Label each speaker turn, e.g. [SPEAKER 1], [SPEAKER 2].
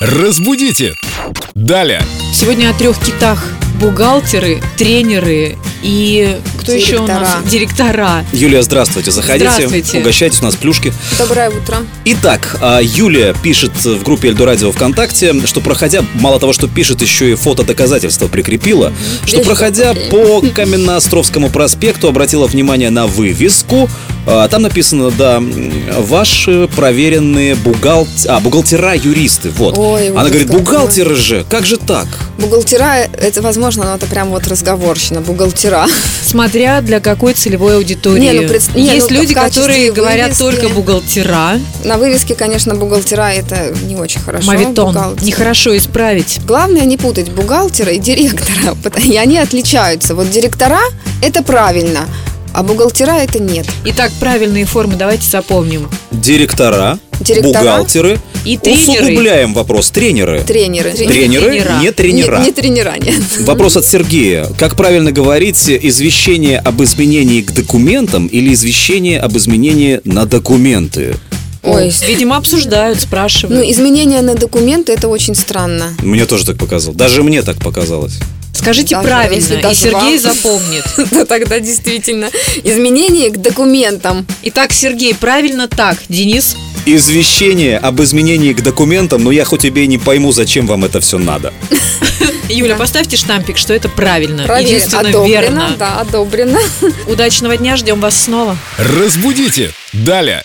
[SPEAKER 1] Разбудите! Далее!
[SPEAKER 2] Сегодня о трех китах. Бухгалтеры, тренеры и кто еще у нас? Директора.
[SPEAKER 3] Юлия, здравствуйте, заходите.
[SPEAKER 2] Здравствуйте.
[SPEAKER 3] Угощайтесь, у нас плюшки.
[SPEAKER 4] Доброе утро.
[SPEAKER 3] Итак, а, Юлия пишет в группе Эльдорадио ВКонтакте, что проходя, мало того, что пишет, еще и фото доказательства прикрепила, что
[SPEAKER 4] Видишь,
[SPEAKER 3] проходя
[SPEAKER 4] как?
[SPEAKER 3] по Каменноостровскому проспекту, обратила внимание на вывеску. А, Там написано, да, м, ваши проверенные бухгал... а, бухгалтера-юристы, вот.
[SPEAKER 4] Ой,
[SPEAKER 3] Она
[SPEAKER 4] ужас
[SPEAKER 3] говорит,
[SPEAKER 4] какой.
[SPEAKER 3] бухгалтеры же, как же так?
[SPEAKER 4] Бухгалтера, это, возможно, но это прям вот разговорщина. Бухгалтера.
[SPEAKER 2] Смотря для какой целевой аудитории.
[SPEAKER 4] Не, ну, пред- не,
[SPEAKER 2] Есть
[SPEAKER 4] ну,
[SPEAKER 2] люди,
[SPEAKER 4] в качестве
[SPEAKER 2] которые говорят
[SPEAKER 4] вывески.
[SPEAKER 2] только бухгалтера.
[SPEAKER 4] На вывеске, конечно, бухгалтера это не очень хорошо.
[SPEAKER 2] Мавитон.
[SPEAKER 4] Бухгалтер.
[SPEAKER 2] Нехорошо исправить.
[SPEAKER 4] Главное не путать бухгалтера и директора, потому- и они отличаются. Вот директора – это правильно, а бухгалтера – это нет.
[SPEAKER 2] Итак, правильные формы давайте запомним.
[SPEAKER 3] Директора,
[SPEAKER 4] Директора.
[SPEAKER 3] бухгалтеры.
[SPEAKER 2] И тренеры.
[SPEAKER 3] Усугубляем вопрос, тренеры.
[SPEAKER 4] Тренеры.
[SPEAKER 3] Тренеры,
[SPEAKER 2] Тренера.
[SPEAKER 3] не тренера.
[SPEAKER 4] Не, не тренера, нет.
[SPEAKER 3] Вопрос от Сергея. Как правильно говорить, извещение об изменении к документам или извещение об изменении на документы?
[SPEAKER 4] Ой,
[SPEAKER 2] Видимо, обсуждают,
[SPEAKER 4] ну,
[SPEAKER 2] спрашивают.
[SPEAKER 4] изменения на документы – это очень странно.
[SPEAKER 3] Мне тоже так показалось. Даже мне так показалось.
[SPEAKER 2] Скажите
[SPEAKER 4] Ну, Даже если
[SPEAKER 2] правильно, и
[SPEAKER 4] даже
[SPEAKER 2] Сергей
[SPEAKER 4] вам.
[SPEAKER 2] запомнит.
[SPEAKER 4] Да тогда действительно. Изменения к документам.
[SPEAKER 2] Итак, Сергей, правильно так. Денис,
[SPEAKER 3] Извещение об изменении к документам, но я хоть тебе и не пойму, зачем вам это все надо.
[SPEAKER 2] Юля, поставьте штампик, что это правильно.
[SPEAKER 4] Проверим.
[SPEAKER 2] Единственно
[SPEAKER 4] одобрено,
[SPEAKER 2] верно.
[SPEAKER 4] да, одобрено.
[SPEAKER 2] Удачного дня, ждем вас снова.
[SPEAKER 1] Разбудите! Далее!